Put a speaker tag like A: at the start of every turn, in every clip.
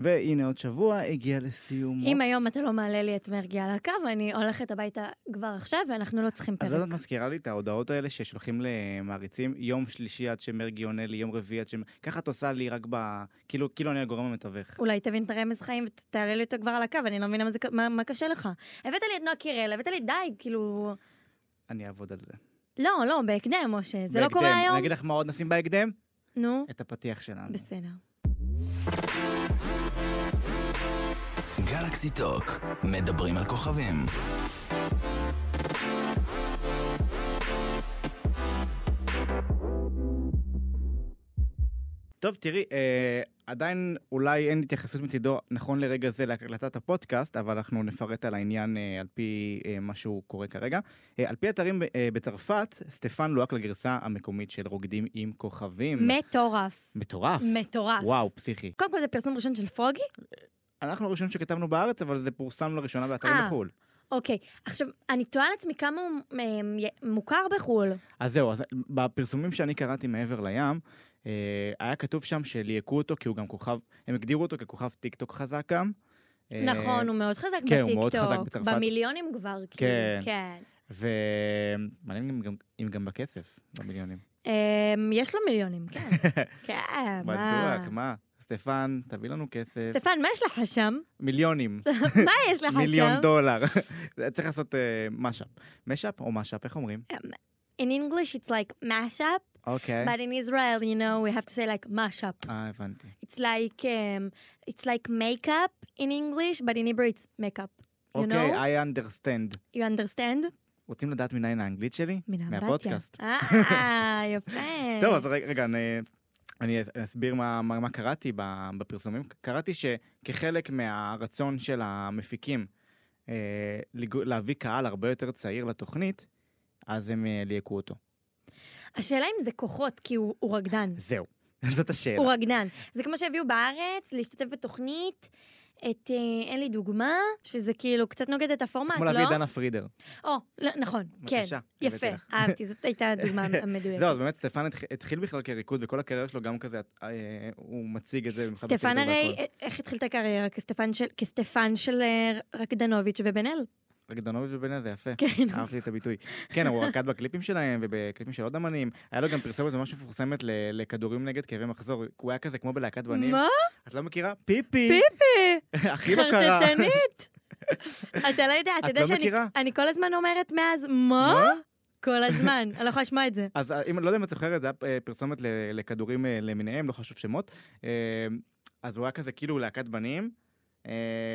A: והנה עוד שבוע הגיע לסיומו.
B: אם היום אתה לא מעלה לי את מרגי על הקו, אני הולכת הביתה כבר עכשיו, ואנחנו לא צריכים
A: אז את
B: פרק.
A: מזכירה לי את ההודעות האלה ששולחים למעריצים יום שלישי עד שמרגי עונה לי, יום רביעי עד ש... ככה את עושה לי רק ב... כאילו, כאילו אני הגורם המתווך.
B: אולי תבין את הרמז חיים ותעלה לי אותו כבר על הקו, אני לא מבינה מה, זה, מה, מה קשה לך. הבאת לי את נועה קירל, הבאת לי די, כאילו...
A: אני אעבוד על זה.
B: לא, לא, בהקדם, משה. זה לא
A: בהקדם.
B: קורה היום?
A: אני אגיד לך מה עוד נשים בהקדם?
B: נו,
A: את הפתיח שלנו.
B: בסדר.
C: גלקסי טוק, מדברים על כוכבים.
A: טוב, תראי, אה, עדיין אולי אין התייחסות מצידו נכון לרגע זה להקלטת הפודקאסט, אבל אנחנו נפרט על העניין אה, על פי אה, מה שהוא קורה כרגע. אה, על פי אתרים אה, בצרפת, סטפן לוהק לגרסה המקומית של רוקדים עם כוכבים.
B: מטורף.
A: מטורף.
B: מטורף.
A: וואו, פסיכי.
B: קודם כל זה פרסום ראשון של פרוגי?
A: אנחנו הראשונים שכתבנו בארץ, אבל זה פורסם לראשונה באתרים
B: אה.
A: בחו"ל.
B: אוקיי. עכשיו, אני תוהה על עצמי כמה הוא אה, מ- מוכר בחו"ל.
A: אז זהו, אז בפרסומים שאני קראתי מעבר לים, אה, היה כתוב שם שליהקו אותו כי הוא גם כוכב, הם הגדירו אותו ככוכב טיק טוק חזק גם. אה,
B: נכון, הוא מאוד חזק
A: כן, הוא מאוד חזק
B: בטיקטוק.
A: בצרפת.
B: במיליונים כבר, כאילו.
A: כן.
B: כן.
A: ומעניין אם גם, אם גם בכסף, במיליונים.
B: אה, יש לו מיליונים, כן. כן, מה?
A: בטוח, מה? סטפן, תביא לנו כסף.
B: סטפן, מה יש לך שם?
A: מיליונים,
B: מה יש לך
A: מיליון
B: שם?
A: דולר. צריך לעשות אה, משאפ. משאפ או משאפ, איך אומרים?
B: In English it's like mashup,
A: אוקיי.
B: but in Israel, you know, we have to say like mashup.
A: אה, הבנתי.
B: It's like um, it's like makeup in English, but in Hebrew it's makeup. You
A: אוקיי,
B: know?
A: I understand.
B: You understand?
A: רוצים לדעת מניין האנגלית שלי?
B: מן האמבטיה.
A: מהפודקאסט.
B: אה, יפה.
A: טוב, אז רגע, רגע, אני, אני אסביר מה, מה, מה קראתי ב- בפרסומים. קראתי שכחלק מהרצון של המפיקים אה, לג- להביא קהל הרבה יותר צעיר לתוכנית, אז הם אה, ליהקו אותו.
B: השאלה אם זה כוחות, כי הוא הוא רקדן.
A: זהו, זאת השאלה.
B: הוא רקדן. זה כמו שהביאו בארץ להשתתף בתוכנית את אה, אין לי דוגמה, שזה כאילו קצת נוגד את הפורמט,
A: כמו
B: לא?
A: להביא את דנה פרידר.
B: או, לא, נכון, כן.
A: בבקשה, הבאתי
B: יפה,
A: לך.
B: אהבתי, זאת הייתה הדוגמה המדויקת.
A: זהו, אז באמת סטפן התח- התחיל בכלל כריקוד, וכל הקריירה שלו גם כזה, אה, הוא מציג את זה. במיוחד
B: סטפן
A: בטיקטוק
B: הרי,
A: והכל.
B: איך התחיל את הקריירה? כסטפן של- כסטפן של אה, רקדנוביץ' ובן אל.
A: רקדנוביץ' ובניה זה יפה.
B: כן.
A: אהבתי את הביטוי. כן, הוא רקד בקליפים שלהם ובקליפים של עוד אמנים. היה לו גם פרסומת ממש מפורסמת ל- לכדורים נגד כאבי מחזור. הוא היה כזה כמו בלהקת בנים.
B: מה?
A: את לא מכירה? פיפי.
B: פיפי!
A: הכי לא קרה.
B: חרטטנית! אתה לא יודע,
A: את
B: אתה יודע
A: לא
B: שאני
A: מכירה?
B: אני כל הזמן אומרת מאז, מה? כל הזמן, אני לא יכולה לשמוע את זה.
A: אז אה, אם, לא יודע אם את זוכרת, זה היה אה, פרסומת ל- לכדורים אה, למיניהם, לא חשוב שמות. אה, אז הוא היה כזה כאילו להקת בנים. אה,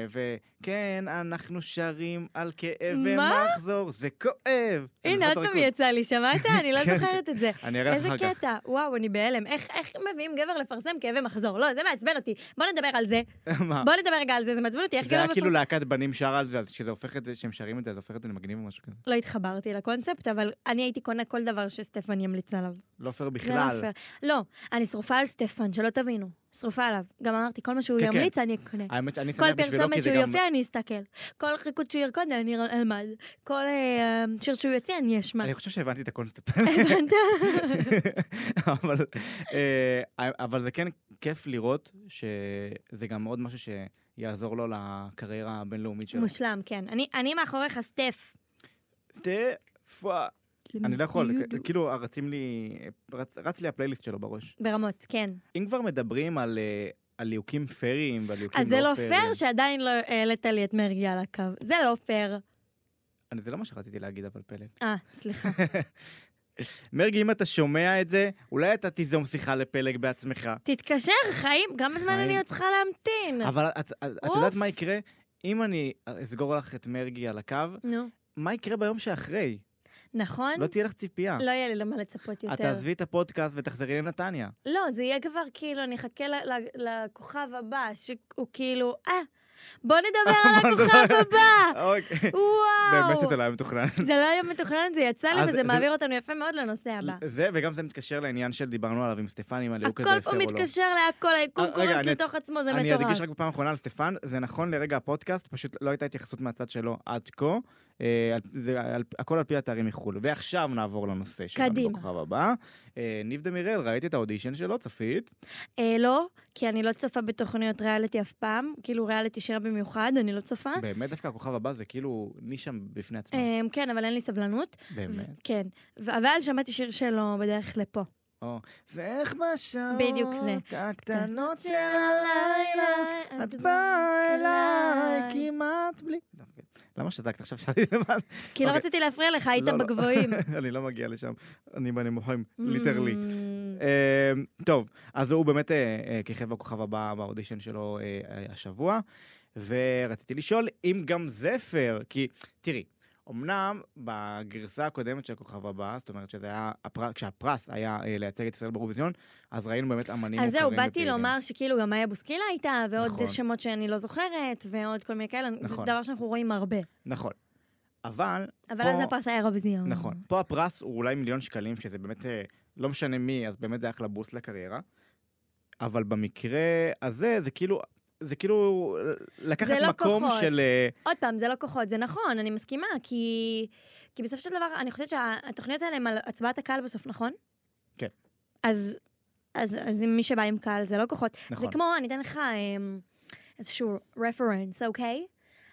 A: וכן, אנחנו שרים על כאבי
B: מה?
A: מחזור, זה כואב. אני זוכר
B: הנה,
A: את
B: עוד פעם
A: הריקוד.
B: יצא לי, שמעת? אני לא
A: כן.
B: זוכרת את זה.
A: אני אראה לך
B: איזה
A: אחר כך.
B: קטע, וואו, אני בהלם. איך איך מביאים גבר לפרסם כאבי מחזור? לא, זה מעצבן אותי. בוא נדבר על זה.
A: מה?
B: בוא נדבר רגע על זה, זה מעצבן אותי. איך
A: אה. זה
B: גבר
A: היה כאילו
B: מפרסם?
A: להקת בנים שרה על זה, אז כשזה הופך את זה, שהם שרים את זה, אז זה הופך את זה למגניב או משהו כזה.
B: לא התחברתי לקונספט, אבל אני הייתי קונה כל דבר שסטפן ימליץ עליו.
A: לא פייר
B: זה לא
A: בכלל.
B: פייר. לא, אני שרופה על סטפן, שלא תבינו. שרופה עליו. גם אמרתי, כל מה שהוא
A: כן, כן.
B: ימליץ, אני אקנה.
A: האמת שאני
B: כל
A: שמח בשבילו, כי
B: פרסומת
A: זה
B: שהוא
A: גם...
B: יופיע, אני אסתכל. כל ריקוד שהוא ירקוד, אני אלמד. כל אה, שיר שהוא יוצא, אני אשמע.
A: אני חושב שהבנתי את הקונספט.
B: הבנת?
A: אבל, אה, אבל זה כן כיף לראות שזה גם עוד משהו שיעזור לו לקריירה הבינלאומית שלו.
B: מושלם, כן. אני- אני מאחוריך סטף.
A: סטפה. אני לא יכול, כאילו רצים לי, רץ- רץ לי הפלייליסט שלו בראש.
B: ברמות, כן.
A: אם כבר מדברים על אה, על ליהוקים פייריים ועל ליהוקים לא
B: אז זה
A: פייריים.
B: לא פייר שעדיין לא העלית לי את מרגי על הקו. זה לא פייר.
A: אני- זה לא מה שרציתי להגיד, אבל פלא.
B: אה, סליחה.
A: מרגי, אם אתה שומע את זה, אולי אתה תיזום שיחה לפלג בעצמך.
B: תתקשר, חיים, כמה זמן
A: חיים.
B: אני עוד צריכה להמתין?
A: אבל את, את, את
B: אוף.
A: יודעת מה יקרה? אם אני אסגור לך את מרגי על הקו,
B: נו,
A: מה יקרה ביום שאחרי?
B: נכון?
A: לא תהיה לך ציפייה.
B: לא יהיה לי למה לצפות
A: את
B: יותר.
A: תעזבי את הפודקאסט ותחזרי לנתניה.
B: לא, זה יהיה כבר כאילו, אני אחכה ל- ל- לכוכב הבא, שהוא כאילו, אה, בוא נדבר על הכוכב הבא!
A: אוקיי. באמת
B: וואו!
A: שזה לא היה מתוכנן.
B: זה לא היה מתוכנן, זה יצא לי
A: אז
B: וזה
A: זה-
B: מעביר אותנו יפה מאוד לנושא הבא.
A: זה, וגם זה מתקשר לעניין שדיברנו עליו עם סטפן, אם הליהוק הזה
B: הכל
A: הפר
B: פה
A: או לא.
B: מתקשר להכל, היקום
A: אה, רגע,
B: קורץ
A: אני-
B: לתוך עצמו, זה
A: אני
B: מטורף.
A: אדגיש רק בפעם האחרונה על סטפן, זה נכון לרגע הפודקאסט, פשוט לא הייתה התייחסות מהצד שלו עד כה. אה, על- זה על- הכל על פי אתרים מחו"ל. ועכשיו נעבור לנושא שלנו
B: קדימה.
A: בכוכב הבא. אה, ניב דמירל, ראיתי את האודישן שלו, צפית.
B: אה, לא, כי אני לא צופה בתוכניות ריאליטי אף פעם, כאילו ריאליטי שירה במיוחד, אני לא צופה.
A: באמת דווקא הכוכב הבא זה כאילו נישה בפני עצמה.
B: אה, כן, אבל אין לי סבלנות.
A: באמת.
B: כן. ו- אבל שמעתי שיר שלו בדרך לפה.
A: ואיך בשעות
B: בדיוק זה.
A: הקטנות של הלילה, את באה אליי כמעט בלי... לא, כן. למה שתקת עכשיו שרתי לבד?
B: כי לא
A: אוקיי.
B: רציתי להפריע לך, היית
A: לא, לא.
B: בגבוהים.
A: אני לא מגיע לשם, אני בנמוכים, ליטרלי.
B: Mm.
A: אה, אמ, טוב, אז הוא באמת אה, אה, כיכב בכוכב הבא באודישן שלו אה, אה, השבוע, ורציתי לשאול אם גם זפר, כי תראי, אמנם בגרסה הקודמת של הכוכב הבא, זאת אומרת שזה היה, הפר- כשהפרס היה אה, לייצג את ישראל באירוויזיון, אז ראינו באמת אמנים
B: אז זהו, באתי
A: ופעילים.
B: לומר שכאילו גם מאיה בוסקילה הייתה, ועוד
A: נכון.
B: שמות שאני לא זוכרת, ועוד כל מיני כאלה, זה
A: נכון.
B: דבר שאנחנו רואים הרבה.
A: נכון. אבל,
B: אבל
A: פה-
B: אז הפרס היה אירוויזיון.
A: נכון, פה הפרס הוא אולי מיליון שקלים, שזה באמת אה, לא משנה מי, אז באמת זה אחלה בוסט לקריירה. אבל במקרה הזה, זה כאילו, זה כאילו לקחת
B: זה לא
A: מקום
B: כוחות.
A: של... אה,
B: עוד פעם, זה לא כוחות, זה נכון, אני מסכימה, כי, כי בסופו של דבר, אני חושבת שהתוכניות האלה הן על הצבעת הקהל בסוף, נכון?
A: כן.
B: אז, אז, אז אם מי שבא עם קהל זה לא כוחות.
A: נכון.
B: זה כמו, אני אתן לך אמ, איזשהו רפרנס, אוקיי?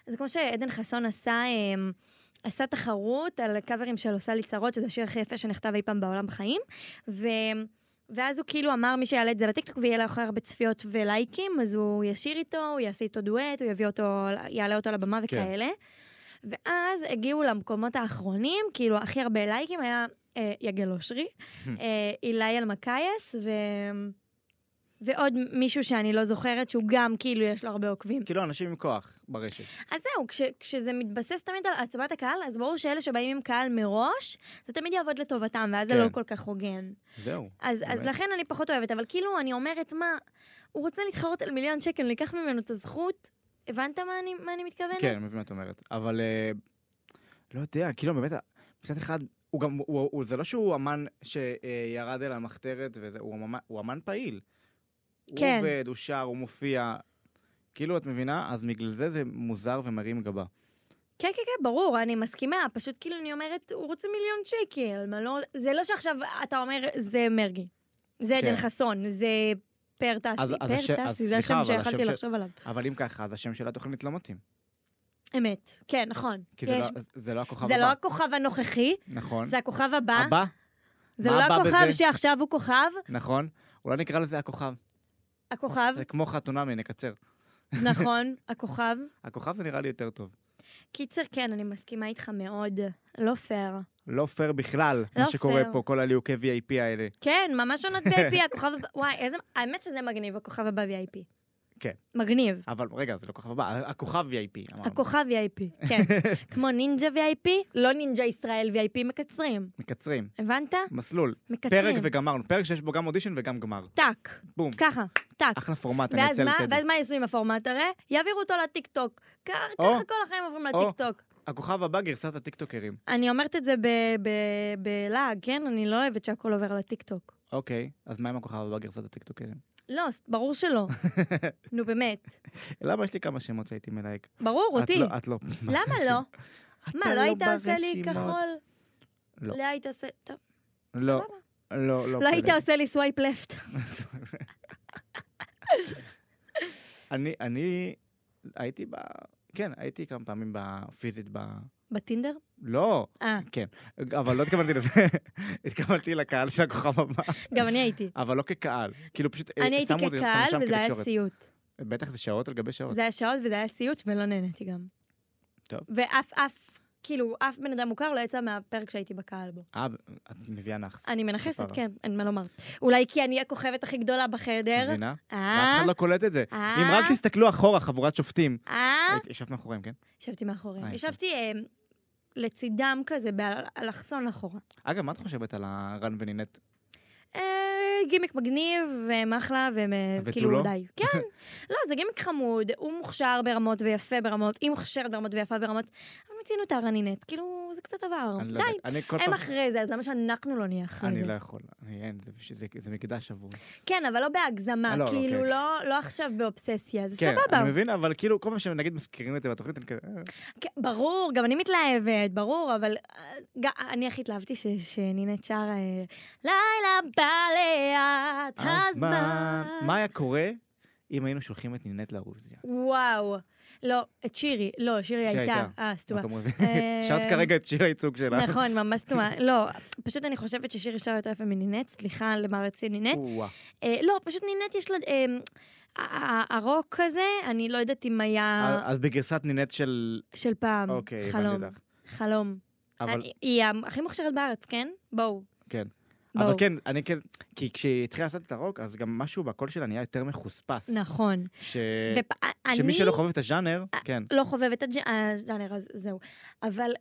B: זה כמו שעדן חסון עשה, אמ, עשה תחרות על קאברים של עושה לי צרות, שזה השיר הכי יפה שנכתב אי פעם בעולם בחיים, ו... ואז הוא כאילו אמר, מי שיעלה את זה לטיקטוק ויהיה לו הכי הרבה צפיות ולייקים, אז הוא ישיר איתו, הוא יעשה איתו דואט, הוא יביא אותו, יעלה אותו לבמה וכאלה. ואז הגיעו למקומות האחרונים, כאילו, הכי הרבה לייקים היה אה, יגל אושרי, אה, אילי אלמקייס, ו... ועוד מישהו שאני לא זוכרת, שהוא גם כאילו יש לו הרבה עוקבים.
A: כאילו אנשים עם כוח ברשת.
B: אז זהו, כש, כשזה מתבסס תמיד על הצבעת הקהל, אז ברור שאלה שבאים עם קהל מראש, זה תמיד יעבוד לטובתם, ואז זה
A: כן.
B: לא כל כך הוגן.
A: זהו.
B: אז, אז
A: באמת.
B: לכן אני פחות אוהבת, אבל כאילו, אני אומרת, מה, הוא רוצה להתחרות על מיליון שקל, ניקח ממנו את הזכות? הבנת מה אני, מה אני מתכוונת?
A: כן, אני מבין מה את אומרת. אבל אה, לא יודע, כאילו באמת, מצד אחד, הוא גם, הוא, הוא, זה לא שהוא אמן שירד אל המחתרת, וזה, הוא, אמן, הוא אמן פעיל.
B: כן.
A: הוא עובד, הוא שר, הוא מופיע. כאילו, את מבינה? אז בגלל זה זה מוזר ומרים גבה.
B: כן, כן, כן, ברור, אני מסכימה, פשוט כאילו אני אומרת, הוא רוצה מיליון שקל, מה לא... זה לא שעכשיו אתה אומר, זה מרגי, זה
A: כן.
B: עדן חסון, זה פר
A: אז-
B: טסי,
A: אז
B: פר
A: השם- אז
B: טסי, זה
A: סליחה,
B: השם
A: אבל
B: שיכלתי
A: השם ש-
B: לחשוב עליו.
A: אבל אם ככה, אז השם של התוכנית לא מתאים.
B: אמת, כן, נכון.
A: כי זה
B: יש-
A: לא- זה לא הכוכב הבא.
B: זה לא הכוכב הנוכחי,
A: נכון.
B: זה הכוכב הבא,
A: הבא,
B: זה
A: מה
B: לא
A: הבא
B: הכוכב
A: בזה?
B: שעכשיו הוא כוכב,
A: נכון. אולי נקרא לזה הכוכב.
B: הכוכב,
A: זה כמו חתונמי, נקצר.
B: נכון, הכוכב.
A: הכוכב זה נראה לי יותר טוב.
B: קיצר, כן, אני מסכימה איתך מאוד. לא פייר.
A: לא פייר בכלל,
B: לא
A: מה שקורה
B: פייר.
A: פה, כל הליהוקי VIP האלה.
B: כן, ממש עונות VIP, הכוכב הבא, וואי, איזה, האמת שזה מגניב, הכוכב הבא VIP.
A: כן.
B: מגניב.
A: אבל רגע, זה לא כוכב הבא, הכוכב VIP, אמרנו.
B: הכוכב VIP, כן. כמו נינג'ה VIP, לא נינג'ה ישראל VIP, מקצרים.
A: מקצרים,
B: הבנת?
A: מסלול. פרק
B: מקצרים.
A: וגמרנו, פרק שיש בו גם אודישן וגם גמר.
B: טאק,
A: בום,
B: ככה, טאק.
A: אחלה פורמט, אה, אני
B: ואז
A: אצא
B: מה,
A: לטדי.
B: ואז מה יעשו עם הפורמט הרי? יעבירו אותו לטיקטוק. כ-
A: או.
B: ככה כל החיים עוברים
A: או.
B: לטיקטוק.
A: הכוכב הבא, גרסת הטיקטוקרים.
B: אני אומרת את זה ב- ב- בלעג, כן? אני לא אוהבת שהכל עובר לטיקטוק.
A: אוקיי, אז מה עם הכוכב הבא, גרסת הטיקטוקרים?
B: לא, ברור שלא. נו, באמת.
A: למה יש לי כמה שמות שהייתי מלהק?
B: ברור,
A: את
B: אותי.
A: לא- את לא.
B: למה לא?
A: אתה
B: מה, לא היית עושה לי
A: ברשימות.
B: כחול?
A: לא.
B: לא היית עושה... טוב,
A: לא,
B: סבבה.
A: לא, לא.
B: לא היית
A: פלא.
B: עושה לי סווייפ לפט.
A: אני, אני הייתי ב... כן, הייתי כמה פעמים ב- פיזית ב...
B: בטינדר?
A: לא,
B: אה,
A: אבל לא התכוונתי לזה. התכוונתי לקהל של הכוכב הבא,
B: גם אני הייתי.
A: אבל לא כקהל. כאילו פשוט אה,
B: אני הייתי
A: שמו אותי אותם שם
B: כקהל וזה היה
A: כתקשורת.
B: סיוט.
A: בטח זה שעות על גבי שעות.
B: זה היה שעות וזה היה סיוט ולא נהניתי גם.
A: טוב.
B: ואף אף, כאילו, אף בן אדם מוכר לא יצא מהפרק שהייתי בקהל בו.
A: אה, את מביאה נאחס.
B: אני מנכסת,
A: כפרה.
B: כן, אין מה לומר. אולי כי אני הכוכבת הכי גדולה בחדר.
A: מבינה? ואף
B: אה,
A: אחד לא קולט את זה.
B: אה,
A: אם רק תסתכלו אחורה, חבורת שופטים.
B: אה,
A: ישבת מאחוריהם, כן?
B: ישבתי מאחוריהם.
A: אה,
B: ישבתי אה, לצידם כזה, באלכסון אחורה.
A: אגב, מה את חושבת על הרן ונינט?
B: אה, גימיק מגניב, והם אחלה, והם אה,
A: ותו
B: כאילו
A: לא?
B: די. כן, לא, זה גימיק חמוד, הוא מוכשר ברמות ויפה ברמות, היא מוכשרת ברמות ויפה ברמות, אבל מצינו את הרנינט, כאילו, זה קצת עבר.
A: אני לא יודע.
B: די.
A: אני כל
B: הם
A: פעם...
B: אחרי זה, אז למה שאנחנו לא נהיה אחרי
A: אני
B: זה?
A: לא יכול, אני- אין, זה- זה- זה מקדש עבור.
B: כן, אבל לא בהגזמה,
A: אה, לא, לא,
B: כאילו,
A: אוקיי.
B: לא, לא עכשיו באובססיה, זה
A: כן,
B: סבבה.
A: אני מבין, אבל כאילו כל פעם שנגיד מזכירים את זה בתוכנית, אני כזה... אה,
B: כן, ברור, גם אני מתלהבת, ברור, אבל אה, ג- אני הכי התלהבתי ש- שנינת שרה, אה, לילה בא לאט הזמן.
A: אה, מה היה קורה אם היינו שולחים את נינת לאירוויזיה?
B: וואו. לא, את שירי, לא, שירי
A: שירי
B: הייתה.
A: הייתה.
B: אה, סתומה.
A: מקום רביעי.
B: אה,
A: שרת כרגע את שיר הייצוג שלך.
B: נכון, ממש סתומה. לא, פשוט אני חושבת ששירי שרה יותר יפה מנינת, סליחה למערצי נינת.
A: או-אה.
B: אה, לא, פשוט נינת יש לה... אה, ה- ה- הרוק הזה, אני לא יודעת אם היה
A: אז בגרסת נינת של...
B: של פעם.
A: אה, אוקיי,
B: אמ, חלום,
A: הבנתי אותך.
B: חלום.
A: אבל
B: אני- היא הכי מוכשרת בארץ, כן? בואו.
A: כן.
B: בואו.
A: אבל כן, אני כן, כי כשהיא התחילה לעשות את הרוק, אז גם משהו בקול שלה נהיה יותר מחוספס.
B: נכון.
A: ש-
B: ואני
A: אה, שמי שלא חובב את הז'אנר, כן.
B: לא חובב את הג'- הז'אנר, אז זהו. אבל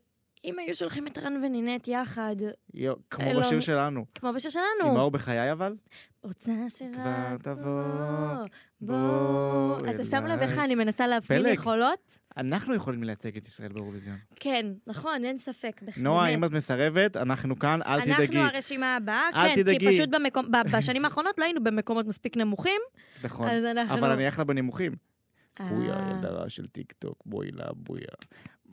B: אם היו שולחים את רן ונינת יחד,
A: יו, כמו
B: אה, לא,
A: בשיר
B: אני-
A: שלנו.
B: כמו בשיר
A: עם
B: שלנו,
A: האור בחיי אבל.
B: רוצה שרק
A: כבר תבוא,
B: בוא.
A: בוא
B: אתה שם לב
A: אליי.
B: איך אני מנסה להפגין
A: פלג.
B: יכולות?
A: אנחנו יכולים לייצג את ישראל באירוויזיון.
B: כן, נכון, אין ספק.
A: נועה,
B: באמת.
A: אם את מסרבת, אנחנו כאן, אל תדאגי.
B: אנחנו הרשימה הבאה,
A: אל
B: כן, כי
A: תדאגי.
B: פשוט במקום- ב- בשנים האחרונות לא היינו במקומות מספיק נמוכים,
A: נכון.
B: אז אנחנו...
A: אבל אני אלך לה בנימוכים.
B: אה,
A: בויה, ילדה רעה של טיק טוק, בואי לה, בויה.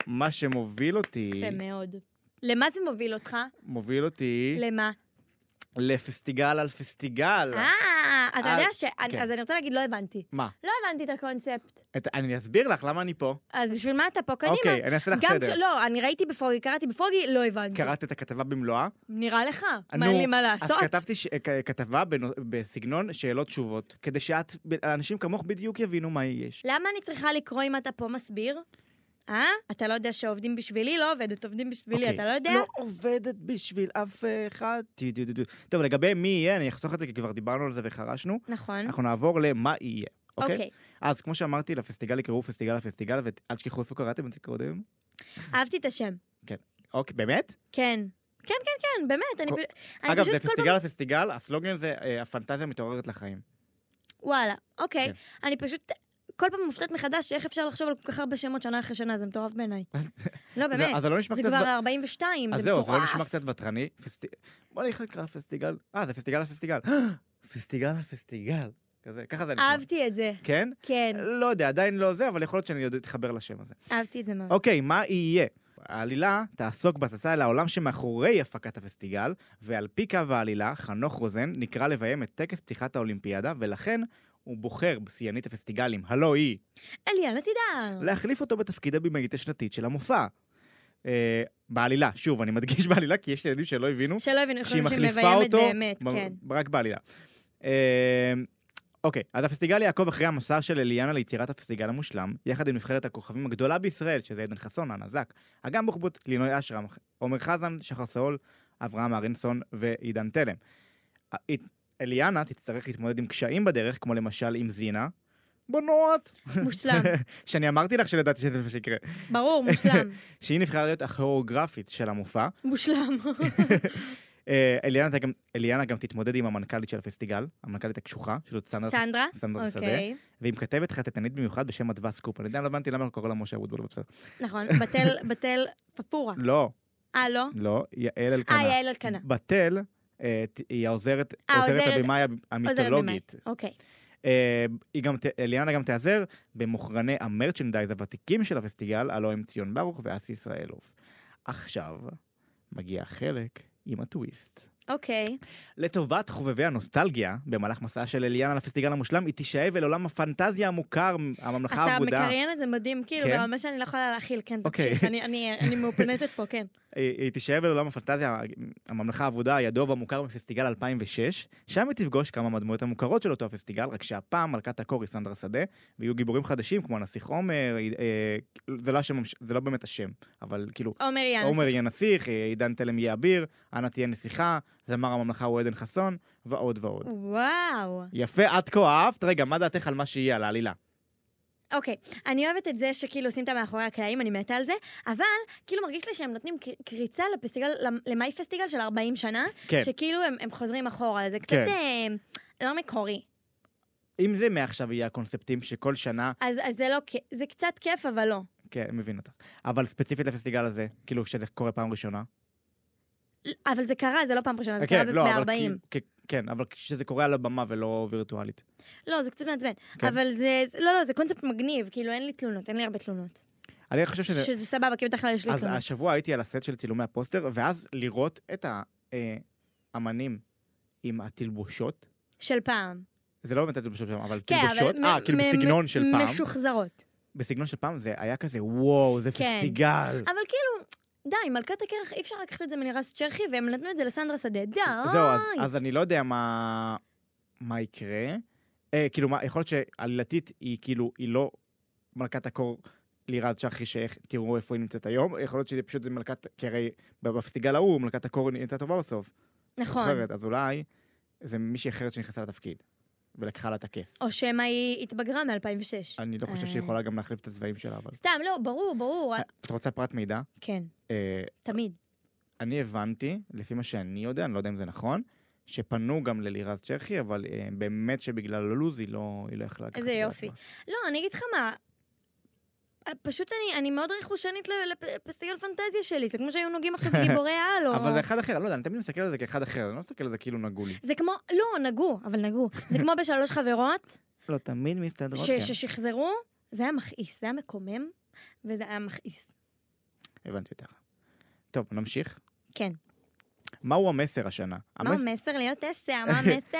A: מה שמוביל אותי,
B: יפה מאוד. למה זה מוביל אותך?
A: מוביל אותי
B: למה?
A: לפסטיגל על פסטיגל.
B: אה, אתה
A: אה,
B: יודע ש...
A: כן.
B: אז אני רוצה להגיד, לא הבנתי.
A: מה?
B: לא הבנתי את הקונספט.
A: את- אני אסביר לך למה אני פה.
B: אז בשביל מה אתה פה? קדימה.
A: אוקיי, אני אעשה לך
B: גם
A: סדר.
B: כש- לא, אני ראיתי בפרוגי, קראתי בפרוגי, לא הבנתי.
A: קראת את הכתבה במלואה?
B: נראה לך. מה,
A: נו,
B: אין לי מה
A: אז
B: לעשות?
A: כתבתי ש- כ- כתבה בנו- בסגנון שאלות תשובות, כדי שאת, אנשים כמוך בדיוק יבינו מה יש.
B: למה אני צריכה לקרוא אם אתה פה מסביר? אה? אתה לא יודע שעובדים בשבילי? לא עובדת, עובדים בשבילי,
A: אוקיי.
B: אתה לא יודע?
A: לא עובדת בשביל אף
B: אה,
A: אחד. טי, טי, טי, טי. טוב, לגבי מי יהיה, אני אחסוך את זה כי כבר דיברנו על זה וחרשנו.
B: נכון.
A: אנחנו נעבור למה יהיה, אה, אוקיי?
B: אוקיי.
A: אז כמו שאמרתי, לפסטיגל יקראו פסטיגל לפסטיגל, ואל תשכחו איפה קראתם את זה קודם.
B: אהבתי את השם.
A: אוקיי, באמת?
B: כן. כן, כן, כן, באמת, אני
A: כל-
B: פשוט... אני
A: אגב,
B: פשוט
A: זה
B: כל פעם-
A: פסטיגל לפסטיגל, הסלוגן זה אה, הפנטזיה מתעוררת לחיים.
B: וואלה, אוקיי.
A: כן.
B: אני פשוט כל פעם מופתעת מחדש איך אפשר לחשוב על כל כך הרבה שמות שנה אחרי שנה, זה מטורף בעיניי. לא,
A: זה-
B: באמת.
A: אז זה לא נשמע
B: זה
A: קצת... ו-
B: כבר 42,
A: אז
B: זה
A: זהו, זה לא נשמע
B: מטורף.
A: קצת ותרני. פסט- בוא נלך לקרוא פסטיגל. אה, זה פסטיגל לפסטיגל. פסטיגל לפסטיגל. כזה, ככה זה נשמע.
B: אהבתי את זה,
A: כן?
B: כן,
A: לא יודע, עדיין לא זה, אבל יכול להיות שאני עוד אתחבר לשם הזה.
B: אהבתי את זה מאוד.
A: אוקיי, מה יהיה? העלילה תעסוק בהססה אל העולם שמאחורי הפקת הפסטיגל, ועל פי קו העלילה, חנוך רוזן נקרא לביים את טקס פתיחת האולימפיאדה, ולכן הוא בוחר בשיאנית הפסטיגלים, הלא היא,
B: אליאנה תדהר.
A: להחליף אותו בתפקיד הבמאית השנתית של המופע. אה, בעלילה, שוב, אני מדגיש בעלילה, כי יש ילדים שלא הבינו,
B: שלא הבינו,
A: כשהיא
B: חושבים שהיא
A: מחליפה
B: מביימת
A: אותו,
B: באמת,
A: ב-
B: כן.
A: רק בעלילה. אה, אוקיי, אז הפסטיגל יעקב אחרי המסע של אליאנה ליצירת הפסטיגל המושלם, יחד עם נבחרת הכוכבים הגדולה בישראל, שזה עדן חסון, הנזק, אגם בוחבוט, לינוי אשרם, עומר חזן, שחר סאול, אברהם אהרנסון ועידן תלם. אה, אית- אליאנה תצטרך להתמודד עם קשיים בדרך, כמו למשל עם זינה. בונות!
B: מושלם,
A: שאני אמרתי לך שלדעתי שזה מה שיקרה.
B: ברור, מושלם.
A: שהיא נבחרה להיות הכוריאוגרפית של המופע.
B: מושלם.
A: אה, אליאנה גם- אליאנה גם תתמודד עם המנכ"לית של הפסטיגל, המנכ"לית הקשוחה, שזאת סנדרה
B: סנדרה?
A: סנדרה שדה,
B: אוקיי,
A: ועם כתבת חטטנית במיוחד בשם אדווה סקופ. אני עדיין לא הבנתי למה הוא קורא לה משה אבוטבול בסדר.
B: נכון. בתל, בתל פפורה.
A: לא,
B: אה, לא?
A: לא, יעל
B: אה,
A: אלקנה.
B: יעל אלקנה.
A: בתל, אה, ת- היא העוזרת,
B: אה,
A: עוזרת
B: עוזרת-
A: הבמאי
B: עוזרת
A: המיתולוגית.
B: במאי. אוקיי.
A: אה, היא גם, ת- אליאנה גם תיעזר במוכרני המרצ'נדייז הוותיקים של הפסטיגל, הלא הם ציון ברוך ואסי ישראלוף. עכשיו מגיע החלק עם הטוויסט.
B: אוקיי.
A: לטובת חובבי הנוסטלגיה, במהלך מסעה של אליאנה לפסטיגל המושלם, היא תישאב אל עולם הפנטזיה המוכר, הממלכה
B: אתה
A: האבודה.
B: מקריין את זה מדהים, כאילו,
A: כן?
B: ממש אני לא יכולה להכיל, כן,
A: אוקיי.
B: תמשיך, אני- אני אני מאופנטת פה, כן.
A: היא היא תישאב אל עולם הפנטזיה, הממלכה האבודה, הידוע והמוכר מפסטיגל 2006, שם היא תפגוש כמה מהדמויות המוכרות של אותו הפסטיגל, רק שהפעם מלכת הקור היא סנדרה שדה, ויהיו גיבורים חדשים כמו הנסיך עומר, אה, אה, זה לא, השם, המש- זה לא באמת השם, אבל כאילו,
B: עומר יאנס.
A: עומר יהיה נסיך, אה, עידן תלם יהיה אביר, אנה תהיה נסיכה, זמר הממלכה הוא עדן חסון, ועוד ועוד.
B: אוקיי. וואו.
A: יפה, עד כה אהבת, רגע, מה דעתך על מה שיהיה, על העלילה?
B: אוקיי, אני אוהבת את זה שכאילו עושים את המאחורי הקלעים, אני מתה על זה, אבל כאילו מרגיש לי שהם נותנים ק- קריצה לפסטיגל, למ- למאי פסטיגל של 40 שנה,
A: כן,
B: שכאילו הם, הם חוזרים אחורה, זה קצת
A: כן.
B: אה, לא מקורי.
A: אם זה מעכשיו יהיה הקונספטים שכל שנה,
B: אז, אז זה לא, כ- זה קצת כיף, אבל לא.
A: כן, מבין אותך. אבל ספציפית לפסטיגל הזה, כאילו כשזה קורה פעם ראשונה.
B: אבל זה קרה, זה לא פעם ראשונה, זה
A: כן,
B: קרה
A: לא, אבל
B: ב-140.
A: כי- כן, כן, אבל כשזה קורה על הבמה ולא וירטואלית.
B: לא, זה קצת מעצבן.
A: כן.
B: אבל זה, זה- לא, לא, זה קונספט מגניב, כאילו אין לי תלונות, אין לי הרבה תלונות.
A: אני חושב שזה...
B: שזה סבבה, כי בדרך כלל יש לי
A: אז
B: תלונות.
A: השבוע הייתי על הסט של צילומי הפוסטר, ואז לראות את האמנים עם התלבושות,
B: של פעם.
A: זה לא באמת התלבושות שלהם, אבל
B: כן, אבל
A: תלבושות,
B: מ-
A: אה, כאילו
B: מ-
A: בסגנון
B: מ-
A: של פעם,
B: משוחזרות.
A: בסגנון של פעם זה היה כזה, וואו, זה
B: כן.
A: פסטיגל.
B: אבל כאילו, די, מלכת הקרח, אי אפשר לקחת את זה מלירס צ'רחי, והם נתנו את זה לסנדרה שדה. די!
A: זהו, אז- אז אני לא יודע מה מה יקרה. אה, כאילו, מה- יכול להיות שעלילתית היא כאילו, היא לא מלכת הקור לירז צ'חי, שתראו איפה היא נמצאת היום, יכול להיות שזה פשוט זה מלכת, כי הרי בפסטיגל ההוא מלכת הקור נהייתה טובה בסוף.
B: נכון.
A: זוכרת, אז אולי זה מישהי אחרת שנכנסה לתפקיד ולקחה לה את הכס.
B: או שמא היא התבגרה מ-2006.
A: אני לא חושב שהיא יכולה גם להחליף את הצבעים שלה, אבל...
B: סתם, לא, ברור, ברור.
A: את רוצה פרט מידע?
B: כן,
A: אה,
B: תמיד.
A: אני הבנתי, לפי מה שאני יודע, אני לא יודע אם זה נכון, שפנו גם ללירז צ'רחי, אבל אה, באמת שבגלל הלו"ז היא לא היא לא יכלה לקחת את
B: איזה
A: זה.
B: יופי.
A: לעצמה.
B: לא, אני אגיד לך מה, אה, פשוט אני, אני מאוד רכושנית ל- לפסטיגל פנטזיה שלי, זה כמו שהיו נוגעים עכשיו בגיבורי העל, או...
A: אבל זה אחד אחר, לא יודע, אני תמיד מסתכל על זה כאחד אחר, אני לא מסתכל על זה כאילו נגעו לי.
B: זה כמו, לא, נגעו, אבל נגעו. זה כמו בשלוש חברות,
A: לא, תמיד מסתדרות, כן.
B: ש, ששחזרו, זה היה מכעיס, זה היה מקומם, וזה היה מכעיס.
A: כן. הבנתי אותך. טוב, נמשיך.
B: כן.
A: מהו המסר השנה?
B: מה
A: המס-
B: המסר להיות עשר? מה המסר?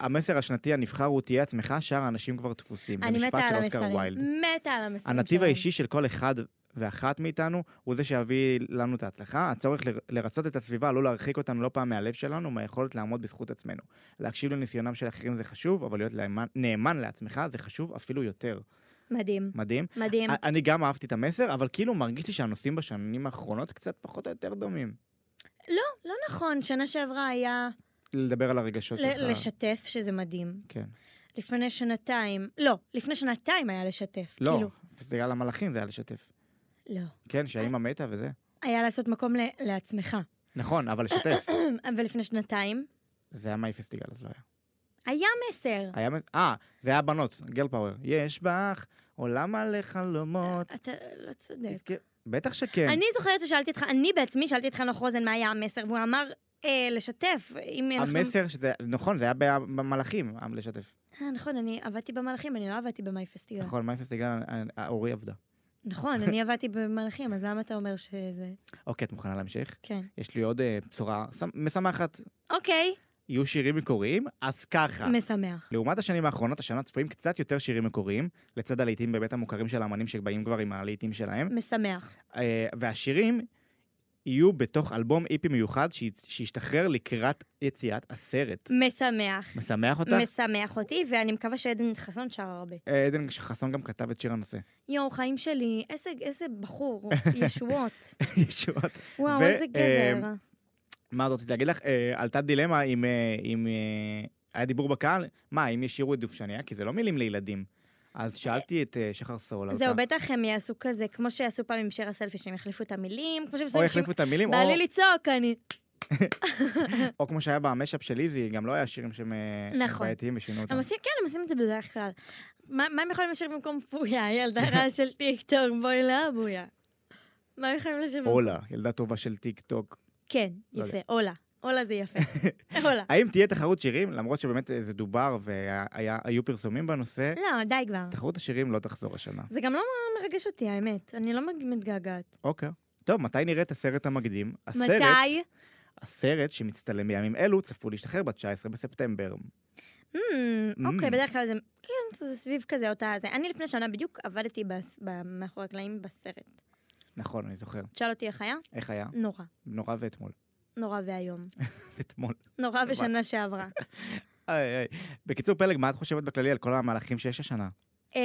A: המסר השנתי הנבחר הוא תהיה עצמך, שאר האנשים כבר תפוסים. זה
B: אני
A: משפט
B: מתה
A: של
B: על
A: אוסקר
B: המסרים.
A: ויילד.
B: מתה על המסרים שלהם.
A: הנתיב האישי של כל אחד ואחת מאיתנו הוא זה שיביא לנו את ההצלחה. הצורך לר- לרצות את הסביבה, לא להרחיק אותנו לא פעם מהלב שלנו, מהיכולת לעמוד בזכות עצמנו. להקשיב לניסיונם של אחרים זה חשוב, אבל להיות לאמן- נאמן לעצמך זה חשוב אפילו יותר.
B: מדהים,
A: מדהים.
B: מדהים.
A: א- אני גם אהבתי את המסר, אבל כאילו מרגיש לי שהנושאים בשנים האחרונות קצת פחות או יותר דומים.
B: לא נכון, שנה שעברה היה
A: לדבר על הרגשות שלך.
B: ל- לשתף, שזה מדהים.
A: כן.
B: לפני שנתיים, לא, לפני שנתיים היה לשתף.
A: לא,
B: כאילו,
A: זה היה למלאכים, זה היה לשתף.
B: לא.
A: כן, שהאימא מתה וזה.
B: היה לעשות מקום ל- לעצמך.
A: נכון, אבל לשתף.
B: ולפני שנתיים,
A: זה היה מאי פסטיגל, אז לא היה.
B: היה מסר.
A: היה... מס- אה, זה היה בנות, גרל פאוור. יש בך עולם מלא חלומות.
B: אתה לא צודק.
A: תזכר- בטח שכן.
B: אני זוכרת ששאלתי אותך, אני בעצמי שאלתי את חנוך רוזן מה היה המסר, והוא אמר אה, לשתף. אם אנחנו-
A: המסר שזה, נכון, זה היה ב- במלאכים, עם לשתף.
B: אה, נכון, אני עבדתי במלאכים, אני לא עבדתי במאי פסטיגל.
A: נכון, מאי פסטיגל, אה, אורי עבדה.
B: נכון, אני עבדתי במלאכים, אז למה אתה אומר שזה...
A: אוקיי, את מוכנה להמשיך?
B: כן.
A: יש לי עוד אה, בשורה שמ- משמחת.
B: אוקיי,
A: יהיו שירים מקוריים, אז ככה.
B: משמח.
A: לעומת השנים האחרונות, השנה צפויים קצת יותר שירים מקוריים, לצד הלהיטים באמת המוכרים של האמנים שבאים כבר עם הלהיטים שלהם.
B: משמח.
A: אה, והשירים יהיו בתוך אלבום איפי מיוחד שיצ- שישתחרר לקראת יציאת הסרט.
B: משמח.
A: משמח אותך?
B: משמח אותי, ואני מקווה שעדן חסון שר הרבה.
A: אה, עדן חסון גם כתב את שיר הנושא.
B: יואו, חיים שלי, איזה, איזה בחור, ישועות.
A: ישועות.
B: וואו,
A: ו-
B: איזה גבר.
A: אמ, מה עוד רציתי להגיד לך? אה, עלתה דילמה אם... אה, אם אה, היה דיבור בקהל, מה, אם ישירו את דובשניה? כי זה לא מילים לילדים. אז שאלתי את אה, שחר סול. על
B: זהו,
A: כך.
B: בטח הם יעשו כזה, כמו שעשו פעם עם שירה סלפי, שהם יחליפו את המילים, כמו שהם עשו
A: או
B: עם
A: יחליפו את המילים, או- כן.
B: בא לי לצעוק, אני...
A: או כמו שהיה במשאפ של איזי, גם לא היה שירים שהם אה,
B: נכון.
A: בעייתיים ושינו אותם.
B: הם עושים, כן, הם עושים את זה בדרך כלל. מה מה הם יכולים לשיר במקום פויה, ילדה רעה של טיק טוק, בואי לאבויה? מה הם יכולים לשיר במקום?
A: אולה, ילדה טובה של טיק טוק.
B: כן,
A: לא
B: יפה, עולה. עולה זה יפה. עולה.
A: האם תהיה תחרות שירים? למרות שבאמת אה, זה דובר והיו פרסומים בנושא,
B: לא, די כבר.
A: תחרות השירים לא תחזור השנה.
B: זה גם לא מרגש אותי, האמת. אני לא מג- מתגעגעת.
A: אוקיי. טוב, מתי נראה את הסרט המקדים? הסרט,
B: מתי?
A: הסרט שמצטלם בימים אלו צפוי להשתחרר ב-19 בספטמבר.
B: Hmm, אוקיי,
A: Hmm.
B: בדרך כלל זה, כן, זה סביב כזה אותה זה. אני לפני שנה בדיוק עבדתי בס- ב- מאחורי הקלעים בסרט.
A: נכון, אני זוכר.
B: תשאל אותי איך היה?
A: איך היה?
B: נורא.
A: נורא ואתמול.
B: נורא ואיום.
A: אתמול.
B: נורא בשנה שעברה.
A: איי, איי. בקיצור, פלג, מה את חושבת בכללי על כל המהלכים שיש השנה?
B: אמ,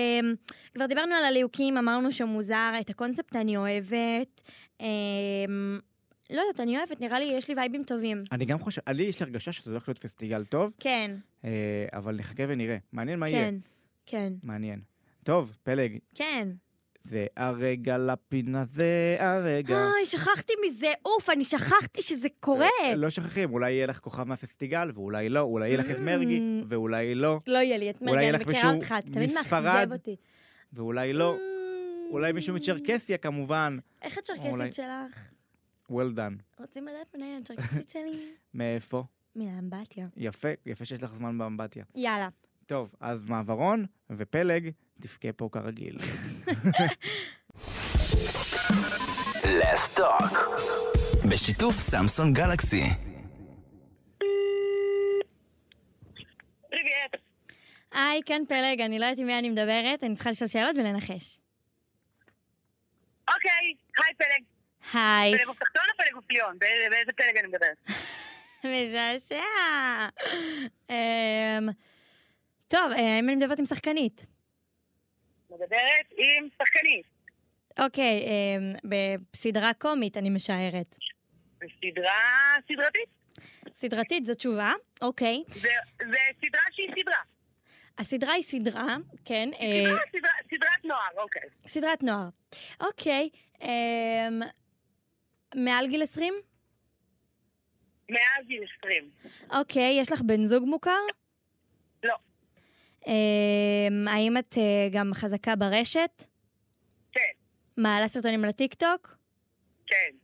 B: כבר דיברנו על הליהוקים, אמרנו שמוזר, את הקונספט אני אוהבת. אמ, לא יודעת, אני אוהבת, נראה לי יש לי וייבים טובים.
A: אני גם חושב, לי יש לי הרגשה שזה הולך להיות פסטיגל טוב,
B: כן,
A: אה, אבל נחכה ונראה. מעניין מה יהיה.
B: כן, כן,
A: מעניין. טוב, פלג,
B: כן.
A: זה הרגע לפינה, זה הרגע.
B: אוי, שכחתי מזה, אוף, אני שכחתי שזה קורה.
A: לא שוכחים, אולי יהיה לך כוכב מהפסטיגל, ואולי לא, אולי יהיה לך את מרגי,
B: Mm.
A: ואולי לא,
B: לא יהיה לי את
A: אולי יהיה
B: מרגי, אני
A: לך
B: מכירה
A: מישהו
B: אותך, אתה תמיד
A: מספרד?
B: מאכזב אותי.
A: ואולי לא.
B: Mm,
A: אולי מישהו מצ'רקסיה כמובן.
B: איך
A: אולי-
B: הצ'רקסית שלך?
A: well done.
B: רוצים לדעת מנהל הצ'רקסית שלי?
A: מאיפה?
B: מלאמבטיה.
A: יפה, יפה שיש לך זמן באמבטיה.
B: יאללה.
A: טוב, אז מעברון ופלג, תבכה פה כרגיל.
C: בשיתוף סמסון גלקסי.
D: Привет.
B: היי, כן פלג, אני לא יודעת עם מי אני מדברת, אני צריכה לשאול שאלות ולנחש.
D: אוקיי, היי פלג.
B: היי.
D: פלג הוא תחתון או פלג הוא פליון? באיזה באיזה פלג אני מדברת?
B: מזעזע. אמ, טוב, אה, האם אני מדברת עם שחקנית?
D: מדברת עם שחקנית.
B: אוקיי, אמ, בסדרה קומית, אני משערת.
D: בסדרה סדרתית.
B: סדרתית זו תשובה, אוקיי.
D: זה זה סדרה שהיא סדרה.
B: הסדרה היא סדרה, כן, אה,
D: סדרה, סדרה- סדרת נוער, אוקיי.
B: סדרת נוער. אוקיי, אמ, מעל גיל 20?
D: מאז גיל 20.
B: אוקיי, יש לך בן זוג מוכר?
D: לא.
B: אמ, האם את אה, גם חזקה ברשת?
D: כן,
B: מעלה סרטונים לטיקטוק?
D: כן.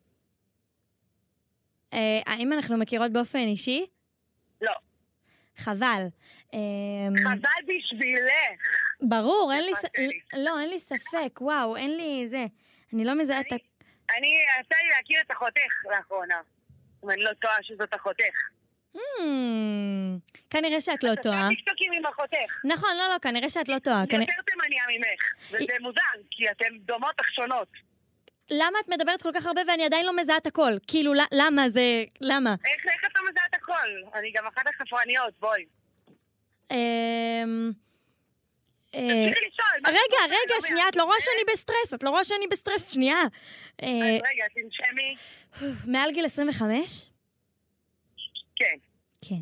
B: אה, האם אנחנו מכירות באופן אישי?
D: לא.
B: אה. חבל. אמ,
D: חבל בשבילך.
B: ברור, אין לי... ס-
D: פספסתי.
B: לא, אין לי ספק, וואו, אין לי זה. אני לא מזהה את ה...
D: אני, יצא לי להכיר את אחותך לאחרונה. אם אני לא טועה שזאת אחותך.
B: Hmm, כנראה שאת לא טועה.
D: עושה טיקטוקים עם אחותך.
B: נכון, לא, לא, כנראה שאת לא טועה. כנראה-
D: יותר תימניה ממך. וזה
B: אה.
D: מוזר, כי אתן דומות אך שונות.
B: למה את מדברת כל כך הרבה ואני עדיין לא מזהה את הכל? כאילו, ל- למה זה... למה?
D: איך איך את לא מזהה את הכל? אני גם אחת החפרניות, בואי.
B: אמ, אה,
D: תתחילי לשאול. מה
B: רגע,
D: את רוצה?
B: רגע,
D: לא
B: שנייה, את לא רואה שאני בסטרס, את לא רואה שאני בסטרס, שנייה. אה,
D: אז רגע, תנשמי.
B: מעל גיל 25?
D: כן.
B: כן.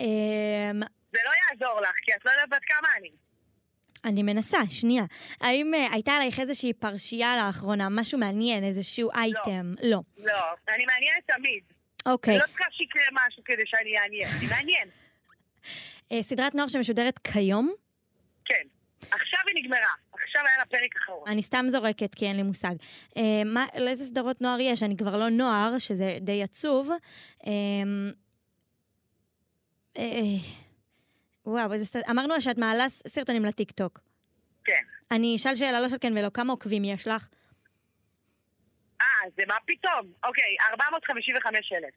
B: אמ,
D: זה לא יעזור לך, כי את לא יודעת בת כמה אני.
B: אני מנסה, שנייה. האם אה, הייתה עלייך איזושהי פרשייה לאחרונה, משהו מעניין, איזשהו אייטם? לא.
D: לא, אני מעניינת תמיד.
B: אוקיי.
D: אני לא צריכה שיקרה משהו כדי שאני אעניין. אני מעניין. לא-
B: אה, סדרת נוער שמשודרת כיום?
D: כן. עכשיו היא נגמרה. עכשיו היה לה פרק אחרון.
B: אני סתם זורקת כי אין לי מושג. אה, מה, לאיזה סדרות נוער יש? אני כבר לא נוער, שזה די עצוב. אה, אה, וואו, איזה סד... אמרנו שאת מעלה ס- סרטונים לטיקטוק.
D: כן.
B: אני אשאל שאלה לא של כן ולא, כמה עוקבים יש לך?
D: אה, זה מה פתאום? אוקיי, 455 אלף.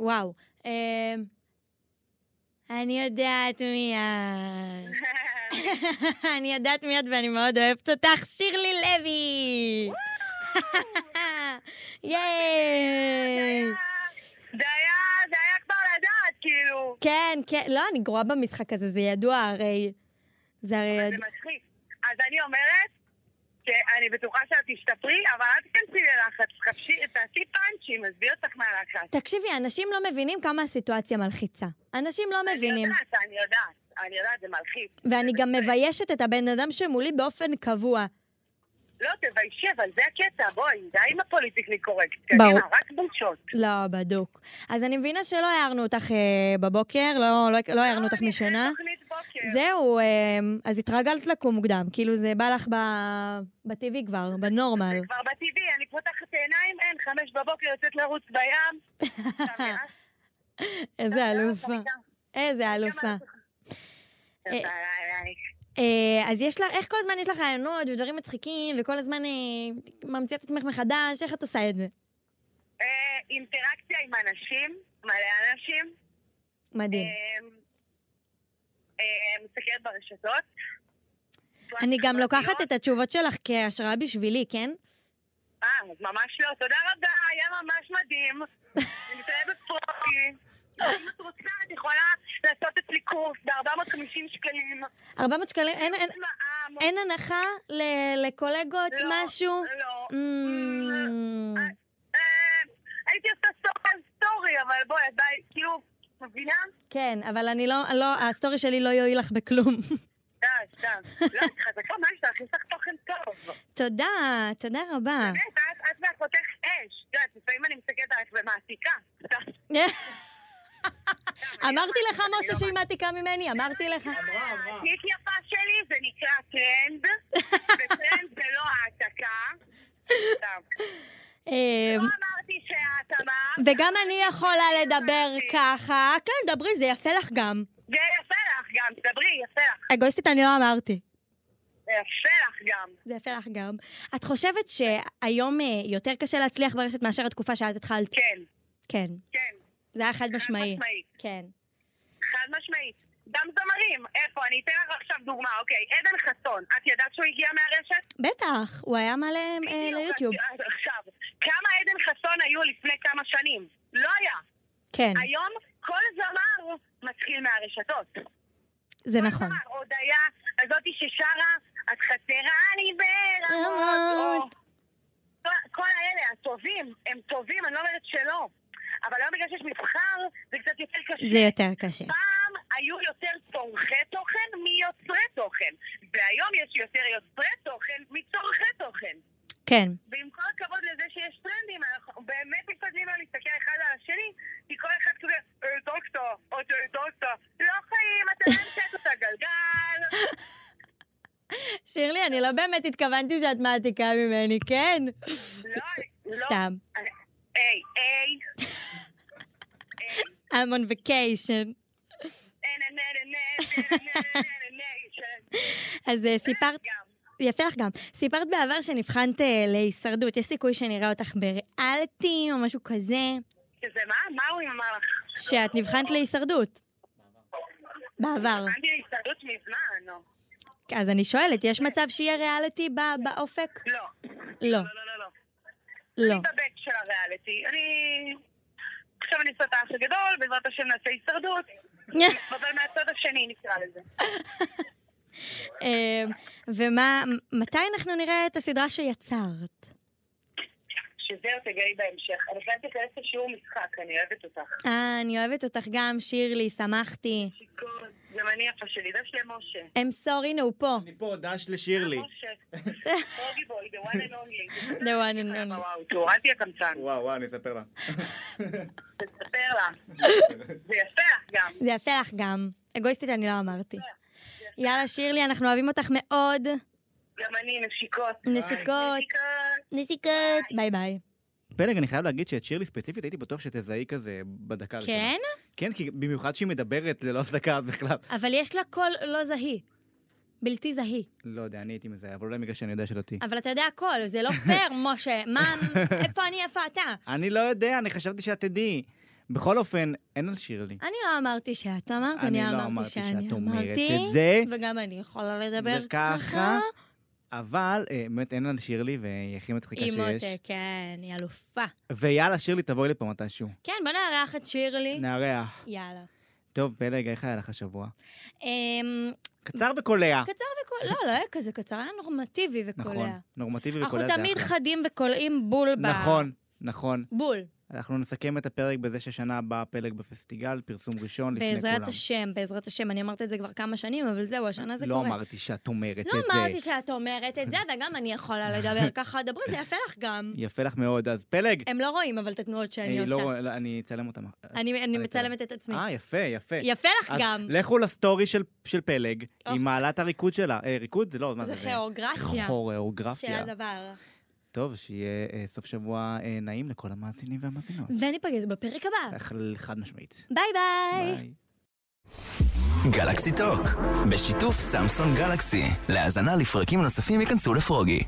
B: וואו. אה, אני יודעת מי את. אני יודעת מי את ואני מאוד אוהבת אותך, שירלי לוי! ייי!
D: זה היה, זה היה כבר לדעת, כאילו.
B: כן, כן, לא, אני גרועה במשחק הזה, זה ידוע הרי. זה הרי
D: אבל
B: ידוע.
D: זה מצחיק. אז אני אומרת שאני בטוחה שאת תשתפרי, אבל אל תיכנסי ללחץ. חפשי- תעשי פאנצ'ים, עזבי אותך מהלחץ.
B: תקשיבי, אנשים לא מבינים כמה הסיטואציה מלחיצה. אנשים לא מבינים.
D: אני יודעת, אני יודעת. אני יודעת, זה מלחיץ.
B: ואני גם מביישת את הבן אדם שמולי באופן קבוע.
D: לא, תביישי, אבל זה הקטע, בואי, די עם הפוליטיקלי קורקט.
B: ברור.
D: קדימה, רק בושות.
B: לא, בדוק. אז אני מבינה שלא הערנו אותך אה, בבוקר, לא, לא, לא הערנו אותך
D: אני אחרי
B: משינה.
D: תוכנית בוקר.
B: זהו, אה, אז התרגלת לקום מוקדם, כאילו זה בא לך ב- בטבעי כבר, בנורמל.
D: כבר בטבעי, אני פותחת עיניים, אין, חמש בבוקר יוצאת לרוץ בים.
B: איזה אלופה. איזה אלופה. אה, אה, אז יש לך, איך כל הזמן יש לך רעיונות ודברים מצחיקים, וכל הזמן אה, ממציאה את עצמך מחדש, איך את עושה את זה?
D: אה, אינטראקציה עם אנשים, מלא אנשים.
B: מדהים.
D: אמ, אמ, מסתכלת ברשתות.
B: אני גם לוקחת את התשובות שלך כהשראה בשבילי, כן?
D: אה, אז ממש לא. תודה רבה, היה ממש מדהים. אני מתאהבת פרופי. אם את רוצה, את יכולה לעשות אצלי קורס ב-450 שקלים.
B: 400 שקלים, אין- אין-
D: מע"מ.
B: אין הנחה ל- לקולגות,
D: לא,
B: משהו?
D: לא. אה,
B: Mm.
D: אמ, הייתי עושה סטורי סטורי, אבל בואי, את באה, כאילו, מבינה?
B: כן, אבל אני לא, לא, הסטורי שלי לא יועיל לך בכלום.
D: די, די. לא, את חזקה, מה יש לך? יש לך תוכן טוב.
B: תודה, תודה רבה.
D: באמת, את- את ואחותך אש. את יודעת, לפעמים אני מסתכלת עלייך ומעתיקה.
B: אמרתי לך,
D: לא
B: משה, שהיא מעתיקה
D: אה,
B: ממני, אמרתי לך.
D: תיק יפה שלי זה נקרא טרנד, וטרנד זה לא
B: אה,
D: אמרתי שאת אמרת,
B: וגם אני יכולה לדבר ככה. כן, דברי, זה יפה לך גם.
D: זה יפה לך גם, דברי, יפה לך.
B: אגואיסטית אני לא אמרתי.
D: זה יפה לך גם.
B: זה יפה לך גם. את חושבת שהיום אה, יותר קשה להצליח ברשת מאשר התקופה שאת התחלת?
D: כן,
B: כן.
D: כן,
B: זה היה חד משמעי.
D: משמעית.
B: כן.
D: חד משמעית. גם זמרים, איפה? אני אתן לך עכשיו דוגמה, אוקיי. עדן חסון, את ידעת שהוא הגיע מהרשת?
B: בטח, הוא היה מלא אה,
D: בדיוק,
B: ליוטיוב.
D: אז- אז עכשיו, כמה עדן חסון היו לפני כמה שנים? לא היה.
B: כן,
D: היום כל זמר מתחיל מהרשתות.
B: זה
D: כל
B: נכון.
D: זמר, הודיה, הזאתי ששרה, את חסרה לי ברמות.
B: רמות.
D: או- כל- כל האלה, הטובים, הם טובים, אני לא אומרת שלא. אבל היום בגלל שיש מבחר, זה קצת יותר קשה.
B: זה יותר קשה.
D: פעם היו יותר צורכי תוכן מיוצרי תוכן, והיום יש יותר יוצרי תוכן מצורכי תוכן.
B: כן,
D: ועם כל הכבוד לזה שיש טרנדים, אנחנו באמת מתפתלים לא להסתכל אחד על השני, כי כל אחד כזה, "אה, דוקטור, או "אה, דוקטור, לא חיים, אתה לא המצאת את הגלגל.
B: שירלי, אני לא באמת התכוונתי שאת מעתיקה ממני, כן?
D: לא, אני- לא.
B: סתם.
D: אני- היי, היי.
B: I'm on vacation.
D: אה, נה, נה, נה, נה, נה, נה, נה, נה, נה,
B: אז אה, סיפרת...
D: גם.
B: יפה לך גם. סיפרת בעבר שנבחנת אה, להישרדות. יש סיכוי שנראה אותך בריאליטי או משהו כזה,
D: שזה מה? מה הוא אמר לך?
B: שאת נבחנת להישרדות. בעבר.
D: הבנתי להסתדרות מזמן, או?
B: אז אני שואלת, יש מצב שיהיה ריאליטי ב- באופק?
D: לא.
B: לא.
D: לא, לא, לא.
B: לא.
D: אני בבק של הריאליטי. אני... עכשיו אני עושה את האח הגדול, בעזרת השם נעשה הישרדות, אבל מהצד השני נקרא לזה.
B: אה, ומה, מתי אנחנו נראה את הסדרה שיצרת?
D: שזהו, תגלי בהמשך. אני חייבת להיכנס לשיעור משחק, אני אוהבת אותך.
B: אה, אני אוהבת אותך גם, שירלי, שמחתי.
D: שיכון, גם אני יפה שלי, זה שלי משה.
B: I'm sorry, הנה הוא פה.
A: אני פה דש לשירלי.
D: משה. רוגי בוי, the one and only.
B: The one and only.
D: וואו, תראו, אל תהיה קמצן.
A: וואו, וואו, אני אספר לה.
D: תספר לה. זה יפה לך גם.
B: זה יפה לך גם. אגואיסטית אני לא אמרתי. יאללה, שירלי, אנחנו אוהבים אותך מאוד.
D: גם אני, נשיקות.
B: נשיקות.
D: נשיקות.
B: נזיקות. ביי ביי.
A: פלג, אני חייב להגיד שאת שירלי ספציפית הייתי בטוח שתזהי כזה בדקה הראשונה.
B: כן?
A: כן, כי במיוחד שהיא מדברת ללא הפסקה אז בכלל.
B: אבל יש לה קול לא זהי. בלתי זהי.
A: לא יודע, אני הייתי מזהה, אבל אולי בגלל שאני יודע שלא תהיי.
B: אבל אתה יודע הכל, זה לא פייר, משה. מה, איפה אני, איפה אתה?
A: אני לא יודע, אני חשבתי שאת תדעי. בכל אופן, אין על שירלי.
B: אני לא אמרתי שאת אמרת,
A: אני
B: אני
A: לא
B: אמרתי
A: אמרתי
B: שאני
A: שאת אומרת
B: אמרתי.
A: את זה.
B: וגם אני יכולה לדבר
A: וככה,
B: ככה.
A: אבל אה, באמת אין על שירלי, והיא הכי מצחיקה
B: עם
A: שיש.
B: עותק, כן, היא אלופה.
A: ויאללה, שירלי, תבואי לפה מתישהו.
B: כן, בוא נארח את שירלי.
A: נארח.
B: יאללה.
A: טוב, פלג, איך היה לך השבוע?
B: אמ,
A: קצר וקולע.
B: קצר וקולע, לא, לא היה כזה קצר, היה נורמטיבי
A: נכון,
B: וקולע.
A: נורמטיבי
B: אנחנו
A: וקולע זה
B: תמיד
A: אחלה.
B: חדים וקולעים בול ב...
A: נכון, נכון.
B: בול.
A: אנחנו נסכם את הפרק בזה ששנה הבאה פלג בפסטיגל, פרסום ראשון לפני כולם.
B: בעזרת השם, בעזרת השם. אני אמרת את זה כבר כמה שנים, אבל זהו, השנה זה
A: לא
B: קורה.
A: אמרתי שאת אומרת את
B: לא
A: זה.
B: אמרתי שאת אומרת את זה, וגם אני יכולה לדבר ככה, דברי, זה יפה לך גם.
A: יפה לך מאוד, אז פלג.
B: הם לא רואים, אבל את התנועות שאני
A: אה, לא
B: עושה.
A: רואה- לא, אני אצלם אותם.
B: אני אני
A: אני
B: מצלמת את עצמי.
A: אה, יפה, יפה.
B: יפה לך
A: אז לא,
B: גם.
A: לכו לסטורי של, של פלג,
B: אוח.
A: היא מעלה את הריקוד שלה. אה, ריקוד זה לא, מה
B: זה
A: זה?
B: כיאוגרפיה של
A: כוריאוגרפיה.
B: הדבר.
A: טוב, שיהיה אה, סוף שבוע אה, נעים לכל המאזינים והמאזינות.
B: וניפגש בפרק הבא.
A: אה, חד משמעית.
B: ביי ביי.
A: ביי.
C: גלקסי טוק, בשיתוף סמסון גלקסי. להאזנה לפרקים נוספים ייכנסו לפרוגי.